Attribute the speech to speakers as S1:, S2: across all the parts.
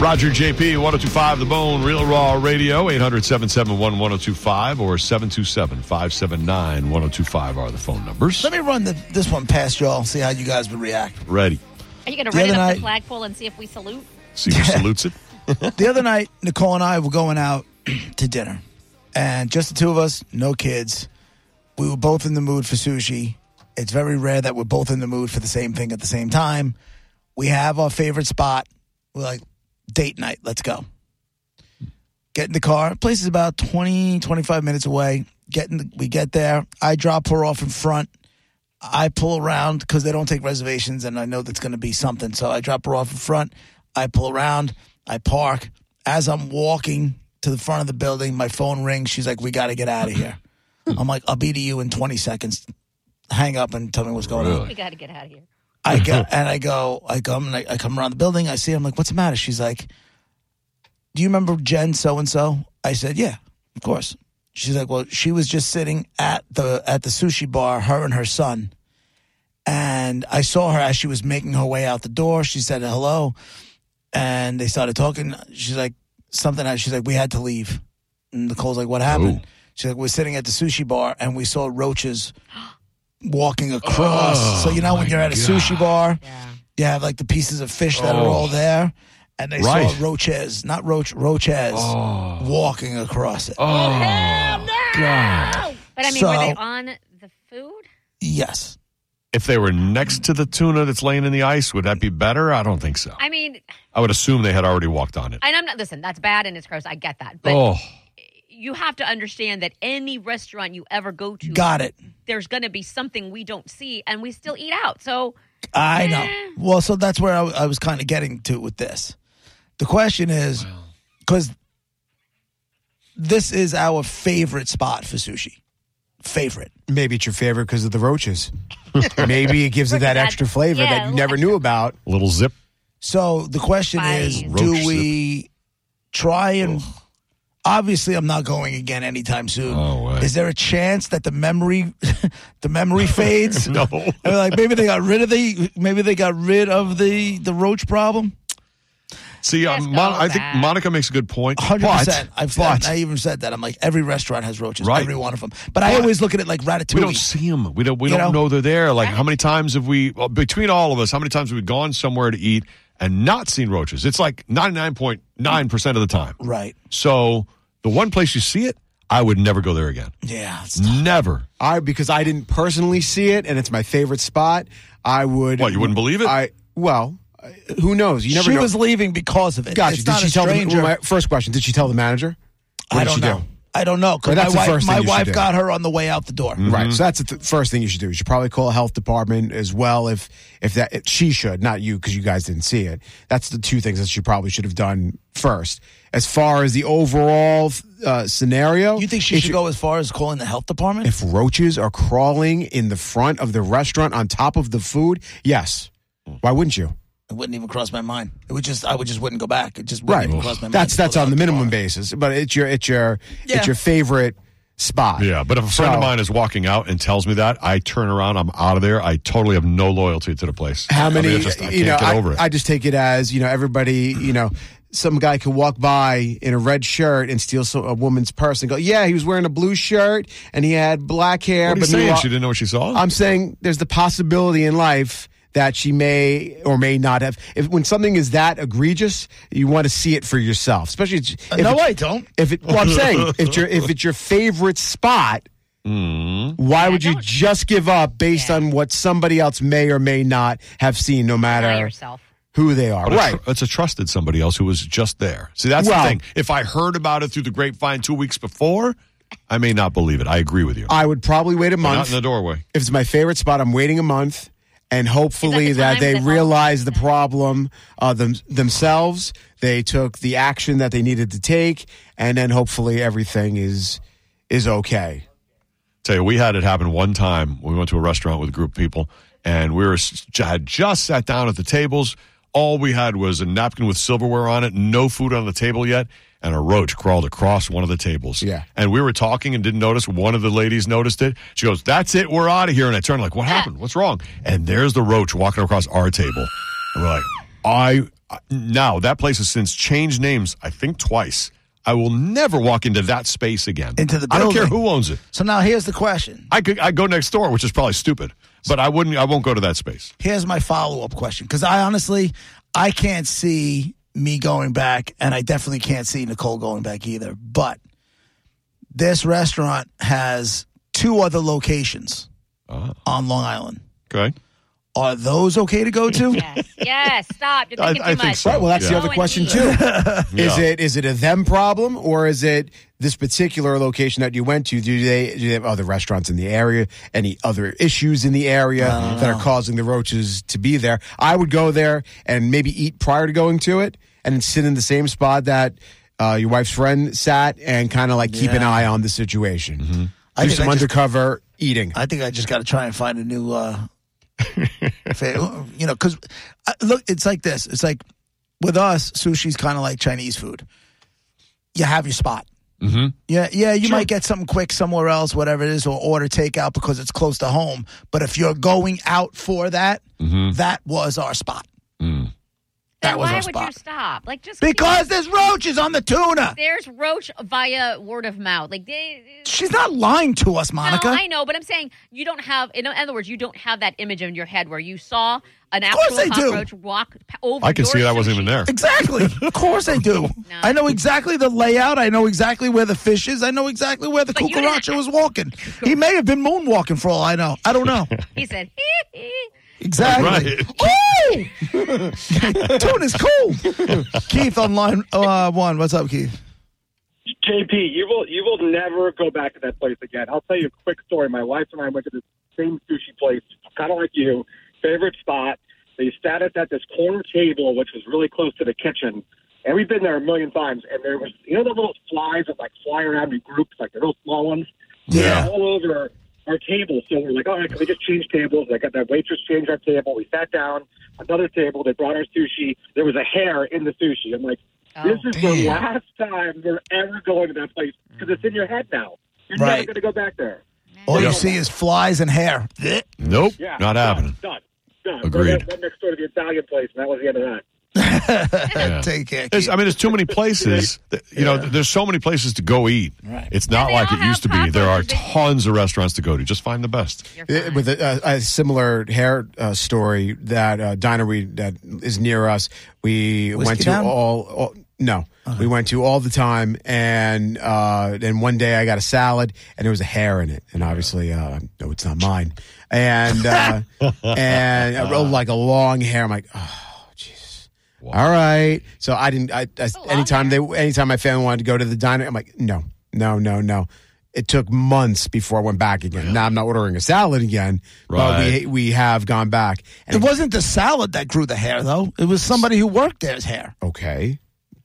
S1: Roger JP, 1025 The Bone, Real Raw Radio, 800 771 1025 or 727 579 1025 are the phone numbers.
S2: Let me run the, this one past y'all, see how you guys would react.
S1: Ready.
S3: Are you going
S2: The
S3: to run it
S2: other
S3: up
S2: night-
S3: the flagpole and see if we salute?
S1: See who salutes it.
S2: the other night, Nicole and I were going out to dinner, and just the two of us, no kids. We were both in the mood for sushi. It's very rare that we're both in the mood for the same thing at the same time. We have our favorite spot. We're like, date night, let's go. Get in the car. Place is about 20, 25 minutes away. Get in the, we get there. I drop her off in front. I pull around because they don't take reservations, and I know that's going to be something. So I drop her off in front. I pull around. I park. As I'm walking to the front of the building, my phone rings. She's like, "We got to get out of here." I'm like, "I'll be to you in 20 seconds. Hang up and tell me what's going on."
S1: Really?
S3: We got to get out of here.
S2: I go and I go. I come and I, I come around the building. I see. her, I'm like, "What's the matter?" She's like, "Do you remember Jen so and so?" I said, "Yeah, of course." She's like, "Well, she was just sitting at the at the sushi bar, her and her son." And I saw her as she was making her way out the door. She said hello, and they started talking. She's like, "Something." happened." She's like, "We had to leave." And Nicole's like, "What happened?"
S1: Oh.
S2: She's like, "We're sitting at the sushi bar, and we saw roaches." Walking across, so you know
S1: my
S2: when you're at a sushi bar, you have like the pieces of fish that are
S1: Oh.
S2: all there, and they
S1: Right.
S2: saw roaches, not roach, roaches, walking across it.
S1: Oh, God.
S3: But I mean, were they
S2: So-
S3: on the food?
S2: Yes,
S1: If they were next to the tuna that's laying in the ice, would that be better? I don't think so.
S3: I mean,
S1: I would assume they had already walked on it.
S3: and I'm not, listen, that's bad and it's gross. I get that. But
S1: Oh,
S3: you have to understand that any restaurant you ever go to,
S2: got it.
S3: there's going to be something we don't see and we still eat out. So
S2: I know. Well, so that's where I, I was kind of getting to with this. The question is, because this is our favorite spot for sushi, favorite.
S4: Maybe it's your favorite because of the roaches. Maybe it gives it that extra flavor
S3: Yeah, a
S4: that you
S3: little
S4: never knew about.
S1: little zip.
S2: So the question is,
S3: Fine.
S2: do
S1: Roach
S2: we try and? Obviously, I'm not going again anytime soon.
S1: No way.
S2: Is there a chance that the memory, the memory fades?
S1: No.
S2: I mean, like maybe they got rid of the maybe they got rid of the the roach problem.
S1: See, um,
S3: Let's go
S1: Mon- I think
S3: back.
S1: Monica makes a good point.
S2: 100. percent
S1: but-
S2: I've
S1: but
S2: said, I even said that. I'm like every restaurant has roaches,
S1: Right.
S2: every one of them. But, I always look at it like ratatouille.
S1: we don't see them. We don't. We
S2: You
S1: don't know,
S2: know?
S1: they're there. Like how many times have we well, between all of us? How many times have we gone somewhere to eat and not seen roaches? It's like ninety nine point nine percent of the time.
S2: right?
S1: So the one place you see it, I would never go there again.
S2: Yeah. it's-
S1: Never.
S4: I because I didn't personally see it, and it's my favorite spot. I would.
S1: What, you wouldn't believe it?
S4: I well, I- who knows? You never.
S2: she
S4: know.
S2: was leaving because of it.
S4: Gotcha.
S2: It's
S4: Did
S2: not
S4: she
S2: a
S4: tell
S2: stranger.
S4: the my first question? Did she tell the manager?
S2: I
S4: What did
S2: don't
S4: she
S2: know.
S4: do?
S2: I don't know because
S4: Well,
S2: my
S4: that's the
S2: wife
S4: first thing
S2: my
S4: you should
S2: wife
S4: do. Mm-hmm.
S2: got her on the way out the door.
S4: Right. So that's the th- first thing you should do. You should probably call the health department as well if if that if she should, not you because you guys didn't see it. That's the two things that she probably should have done first. As far as the overall uh, scenario,
S2: You think she
S4: if
S2: should
S4: you-
S2: go as far as calling the health department?
S4: If roaches are crawling in the front of the restaurant on top of the food, yes. Why wouldn't you?
S2: it wouldn't even cross my mind. It would just I would just wouldn't go back. It just wouldn't
S4: Right.
S2: even cross my mind.
S4: That's
S2: to go
S4: that's
S2: to
S4: on the
S2: health
S4: minimum
S2: department.
S4: basis, but it's your it's your
S2: Yeah.
S4: it's your favorite spot.
S1: Yeah, but if a friend
S4: So-
S1: of mine is walking out and tells me that, I turn around, I'm out of there. I totally have no loyalty to the place. I
S4: how
S1: mean,
S4: many
S1: it's just- I
S4: you
S1: can't
S4: know
S1: get
S4: I,
S1: over it.
S4: I just take it as you know everybody you know some guy could walk by in a red shirt and steal some, a woman's purse and go yeah he was wearing a blue shirt and he had black
S1: what
S4: hair
S1: are you
S4: but
S1: saying?
S4: meanwhile-
S1: She didn't know what she saw.
S4: i'm saying there's the possibility in life that she may or may not have if when something is that egregious you want to see it for yourself especially if,
S2: Uh,
S4: if
S2: no,
S4: it's-
S2: I don't.
S4: if it well i'm saying if your if it's your favorite spot
S1: Mm-hmm.
S4: Why would you
S3: don't-
S4: just give up based on what somebody else may or may not have seen, no
S3: by
S4: matter
S3: yourself.
S4: who they are.
S1: But
S4: right.
S1: It's, it's a trusted somebody else who was just there. See, that's
S4: Well-
S1: the thing. If I heard about it through the grapevine two weeks before, I may not believe it. I agree with you.
S4: I would probably wait a
S1: We're not
S4: month.
S1: in the doorway.
S4: if it's my favorite spot, I'm waiting a month. And hopefully
S3: Is that
S4: that
S3: the
S4: they
S3: time that-
S4: realize the problem uh, them, themselves. They took the action that they needed to take, and then hopefully everything is is okay.
S1: Tell you, we had it happen one time. We went to a restaurant with a group of people, and we were s- had just sat down at the tables. All we had was a napkin with silverware on it, no food on the table yet, and a roach crawled across one of the tables.
S4: Yeah.
S1: And we were talking and didn't notice. One of the ladies noticed it. She goes, That's it. We're out of here. And I turned, like, What happened? What's wrong? And there's the roach walking across our table. And we're like, I. now that place has since changed names, I think twice. I will never walk into that space again.
S2: Into the
S1: I don't care
S2: building.
S1: who owns it.
S2: So now here's the question.
S1: I could I go next door, which is probably stupid, but I wouldn't. I won't go to that space.
S2: Here's my follow up question because I honestly I can't see me going back, and I definitely can't see Nicole going back either. But this restaurant has two other locations
S4: Ah.
S2: on Long Island.
S1: Okay.
S2: Are those okay to go to?
S3: Yes. Yes. Stop. You're
S1: I-
S3: thinking
S1: I
S3: too
S1: think
S3: much.
S1: so.
S4: Right. Well, that's the
S1: Yeah.
S4: other
S3: Go and
S4: question
S3: eat.
S4: too. Is
S1: Yeah.
S4: it is it a them problem or is it this particular location that you went to? Do they do they have other restaurants in the area? Any other issues in the area that
S2: Oh.
S4: are causing the roaches to be there? I would go there and maybe eat prior to going to it, and then sit in the same spot that uh, your wife's friend sat, and kind of like keep an
S2: Yeah.
S4: eye on the situation.
S2: I
S4: Do
S2: think
S4: some
S2: I just-
S4: undercover eating.
S2: I think I just got to try and find a new, uh, fa- you know, because look, it's like this. It's like with us, sushi's kind of like Chinese food. You have your spot. Mm-hmm. Yeah, yeah. You might get something quick somewhere else, whatever it is, or order takeout because it's close to home. But if you're going out for that, that was our spot.
S3: Then
S2: That was
S3: why
S2: our
S3: would you
S2: spot.
S3: stop? Like just keep-
S2: Because there's roaches on the tuna.
S3: there's roach via word of mouth. Like they.
S2: She's not lying to us, Monica.
S3: No, I know, but I'm saying you don't have. In other words, you don't have that image in your head where you saw an
S2: course
S3: actual
S2: I do.
S3: cockroach walk p- over.
S1: I can
S3: your
S1: see it. I wasn't even
S3: sushi.
S1: there.
S2: Exactly. Of course I do. I know exactly the layout. I know exactly where the fish is. I know exactly where the
S3: But you didn't-
S2: cucaracha was walking. He may have been moonwalking for all I know. I don't know.
S3: He said,
S2: Exactly.
S1: Right.
S2: Oh! Tuna's cool. Keith on line uh, one. What's up, Keith?
S5: JP, you will you will never go back to that place again. I'll tell you a quick story. My wife and I went to the same sushi place, kind of like you, favorite spot. They sat us at this corner table, which was really close to the kitchen, and we've been there a million times. And there was you know the little flies that like fly around in groups, like the real small ones,
S2: Yeah.
S5: all over our table. So we're like, all right, can we just change tables? I got that waitress change our table. We sat down another table. They brought our sushi. There was a hair in the sushi. I'm like.
S3: Oh,
S5: This is the last time we're ever going to that place because it's in your head now. You're
S2: Right.
S5: never going to go back there.
S2: All
S1: Yeah.
S2: you see is flies and hair.
S1: Nope.
S5: Yeah,
S1: Not
S5: done,
S1: happening.
S5: Done. Done.
S1: Agreed.
S5: Went, went next door to the Italian place, and that was the end of that.
S1: Yeah.
S2: Take care.
S1: There's,
S2: Keith.
S1: I mean, there's too many places. that- You know, there's so many places to go eat.
S2: Right.
S1: It's not
S3: they
S1: like
S3: all
S1: it used to
S3: have
S1: be. There are
S3: tacos.
S1: tons of restaurants to go to. Just find the best.
S3: "You're
S4: Uh,
S3: fine."
S4: with a, a, a similar hair uh, story that uh, diner we that is near us we
S2: Whiskey
S4: went to
S2: Down?
S4: all, all no we went to all the time and uh then one day i got a salad and there was a hair in it and obviously uh no it's not mine and uh and I wrote like a long hair i'm like oh jesus all right so i didn't i, I
S3: long
S4: anytime they anytime my family wanted to go to the diner i'm like no no no no it took months before I went back again. Now I'm not ordering a salad again,
S1: Right.
S4: but we we have gone back.
S2: it
S4: And
S2: wasn't the salad that grew the hair, though. It was somebody who worked there's hair.
S4: okay,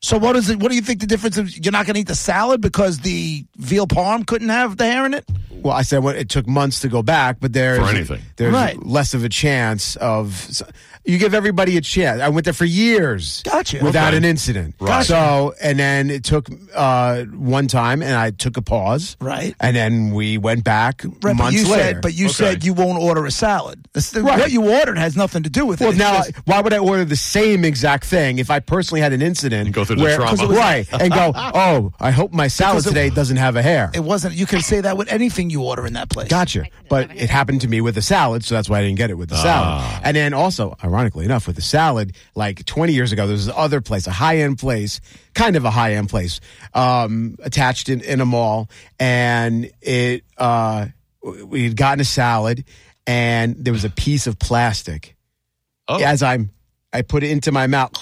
S2: So what is it? What do you think the difference is? You're not going to eat the salad because the veal parm couldn't have the hair in it.
S4: well I said well, it took months to go back, but there's
S1: For anything.
S4: there's
S2: Right.
S4: less of a chance of you give everybody a chance. I went there for years,
S2: Gotcha.
S4: without
S1: Okay.
S4: an incident.
S1: Right.
S4: So and then it took uh, one time, and I took a pause,
S2: Right.
S4: and then we went back
S2: Right, but
S4: months
S2: you
S4: later.
S2: said, but you
S1: Okay.
S2: said you won't order a salad. That's the-
S4: Right.
S2: What you ordered has nothing to do with it.
S4: Well,
S2: It's
S4: now,
S2: just-
S4: why would I order the same exacct thing if I personally had an incident?
S1: And go through the
S4: where-
S1: trauma. 'Cause it was-
S4: right? And go, oh, I hope my salad
S2: Because it-
S4: today doesn't have a hair.
S2: it wasn't. You can say that with anything you order in that place.
S4: Gotcha. But it happened to me with a salad, so that's why I didn't get it with the salad. And then also, ironically enough, with the salad, like 20 years ago, there was this other place, a high end place, kind of a high end place, um, attached in, in a mall. And it, uh, w- we had gotten a salad, and there was a piece of plastic.
S1: Oh.
S4: As I'm, I put it into my mouth.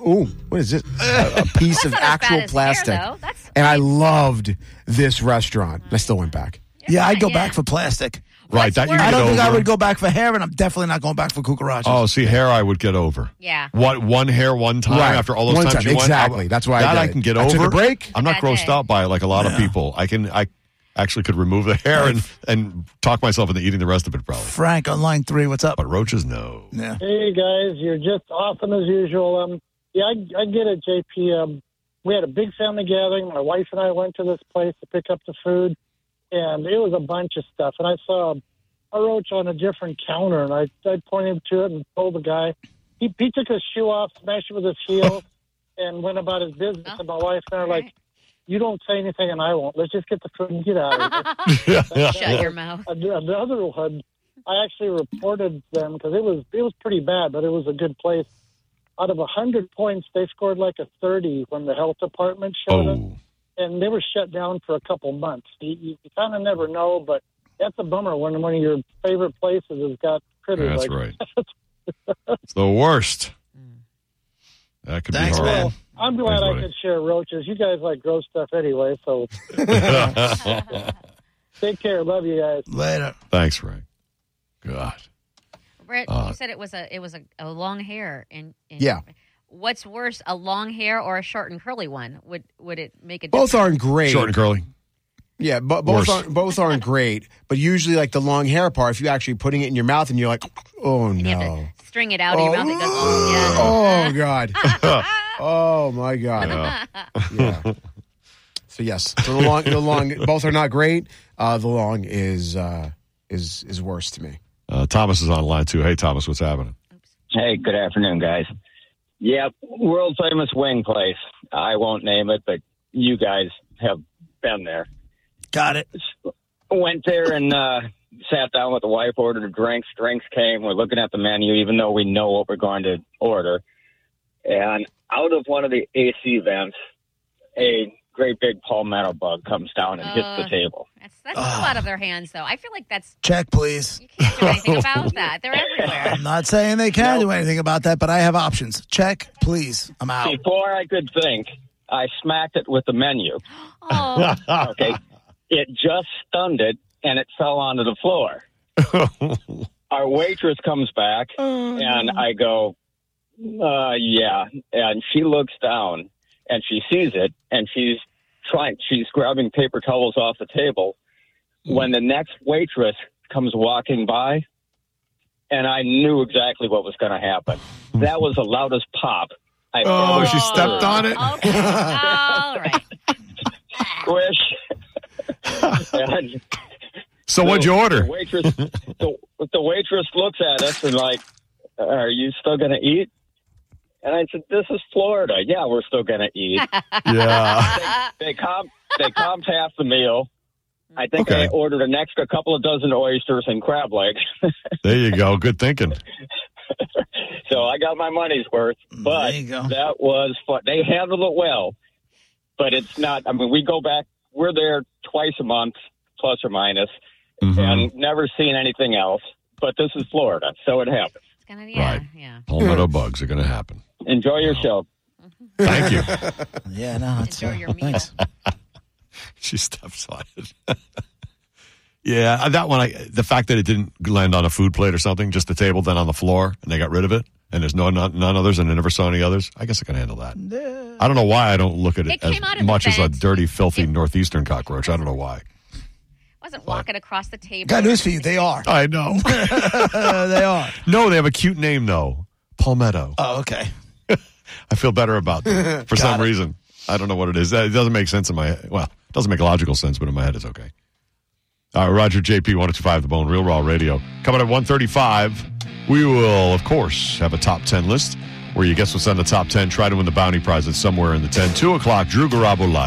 S4: Ooh, what is this? A, a piece of
S3: not as bad
S4: actual
S3: as hair,
S4: plastic.
S3: though. That's-
S4: and I loved this restaurant. I still went back.
S2: Yeah, I'd go
S3: Yeah.
S2: back for plastic.
S1: Right. That you
S3: worse?
S1: get
S2: I don't think I
S1: over.
S2: would go back for hair, and I'm definitely not going back for cucarachas.
S1: Oh, see, hair I would get over.
S3: Yeah.
S1: What one hair one time
S4: Right.
S1: after all those
S4: One
S1: times
S4: time,
S1: you went.
S4: exactly.
S1: I-
S4: That's why I
S1: that
S4: did
S1: I,
S4: it.
S1: can get
S4: I
S1: over.
S4: took a break.
S1: I'm not
S3: That
S1: grossed
S3: day.
S1: out by it like a lot of people. I can I actually could remove the hair and and talk myself into eating the rest of it probably.
S2: Frank on line three, what's up?
S1: But roaches, no.
S2: Yeah.
S6: Hey guys, you're just awesome as usual. Um, yeah, I, I get it, JP. Um, we had a big family gathering. My wife and I went to this place to pick up the food, and it was a bunch of stuff. And I saw a roach on a different counter, and I, I pointed to it and told the guy, he, he took his shoe off, smashed it with his heel, and went about his business.
S3: Oh,
S6: And my wife and I are
S3: all
S6: like,
S3: right.
S6: you don't say anything and I won't. Let's just get the food and get out of here.
S3: Shut your mouth.
S6: And Uh, the- and the other one, I actually reported them because it was it was pretty bad, but it was a good place. Out of a hundred points, they scored like a thirty when the health department showed up,
S1: Oh,
S6: and they were shut down for a couple months. You, you, you kind of never know, but that's a bummer when one of your favorite places has got critters.
S1: that's
S6: like,
S1: right. It's the worst. That could
S2: Thanks,
S1: be horrible.
S2: man.
S6: I'm glad
S1: Thanks,
S6: I
S1: buddy.
S6: could share roaches. You guys like gross stuff anyway, so take care. Love you guys.
S2: Later.
S1: Thanks, Ray. God.
S3: Brett,
S1: Uh,
S3: you said it was a it was a, a long hair and, and
S4: Yeah.
S3: What's worse, a long hair or a short and curly one? Would would it make a difference?
S4: Both aren't great.
S1: Short and curly.
S4: Yeah, but both
S1: Worse.
S4: aren't, both aren't great. But usually, like the long hair part, if you're actually putting it in your mouth and you're like, oh
S3: You have
S4: no,
S3: to string it out of your mouth. It goes, oh,
S4: oh god, oh my
S1: Uh,
S4: god, yeah. So yes, so the long, the long, both are not great. Uh, the long is uh, is is worse to me.
S1: Uh, Thomas is online too. Hey, Thomas, what's happening?
S7: Hey, good afternoon, guys. Yeah, world famous wing place. I won't name it, but you guys have been there.
S2: Got it.
S7: Went there and uh, sat down with the wife, ordered drinks. Drinks came. We're looking at the menu, even though we know what we're going to order. And out of one of the AC vents, a great big palmetto bug comes down and hits
S3: Uh.
S7: the table.
S3: yeah. That's that's all out of their hands though. I feel like that's
S2: Check, please.
S3: you can't do
S4: Oh.
S3: anything about that. They're everywhere.
S2: I'm not saying they can do anything about that, but I have options. Check, please. I'm out.
S7: Before I could think, I smacked it with the menu.
S3: Oh,
S7: Okay. it just stunned it and it fell onto the floor. Our waitress comes back
S2: Oh, Mm,
S7: and I go, uh, yeah. And she looks down and she sees it and she's trying, she's grabbing paper towels off the table. When the next waitress comes walking by, and I knew exactly what was going to happen. That was the loudest pop I've
S1: Oh,
S7: ever
S1: she stepped on it?
S3: Okay. All right.
S7: squished. and
S1: So, what'd you order?
S7: The waitress, the, the waitress looks at us and like, "Are you still going to eat?" And I said, "This is Florida. Yeah, we're still going to eat."
S1: Yeah.
S7: they comp they comped half the meal. I think
S1: Okay.
S7: I ordered an extra couple of dozen oysters and crab legs,
S1: There you go. Good thinking.
S7: so I got my money's worth.
S1: Mm,
S7: But
S2: There you go.
S7: that was fun. They handled it well, but it's not. I mean, we go back. We're there twice a month, plus or minus,
S1: Mhm.
S7: and never seen anything else. But this is Florida, so it happens.
S3: It's gonna, yeah,
S1: Right.
S3: yeah.
S1: Palmetto bugs are going to happen.
S7: Enjoy your show.
S1: Thank you.
S2: Yeah, no, it's,
S3: Enjoy
S2: uh,
S3: your meal.
S2: thanks.
S1: she steps on it. yeah, uh, that one. I, the fact that it didn't land on a food plate or something, just the table, then on the floor, and they got rid of it. And there's no none, none others, and I never saw any others. I guess I can handle that. I don't know why I don't look at it,
S3: It came out
S1: as
S3: of
S1: much
S3: the
S1: as a
S3: vent.
S1: dirty, filthy
S3: It-
S1: northeastern cockroach. I don't know why.
S3: Wasn't walking across the table.
S2: Got news for you. They are. Uh,
S1: I know.
S2: they are.
S1: no, they have a cute name though, Palmetto.
S2: Oh, okay.
S1: I feel better about them for some reason. I don't know what it is. That- It doesn't make sense in my head. Well, it doesn't make logical sense, but in my head, it's okay. All right, Roger JP, 1025 The Bone, Real Raw Radio. Coming at 135, we will, of course, have a top 10 list where you guess what's on the top 10, try to win the bounty prize that's somewhere in the 10. 2 o'clock, Drew Garabo Live.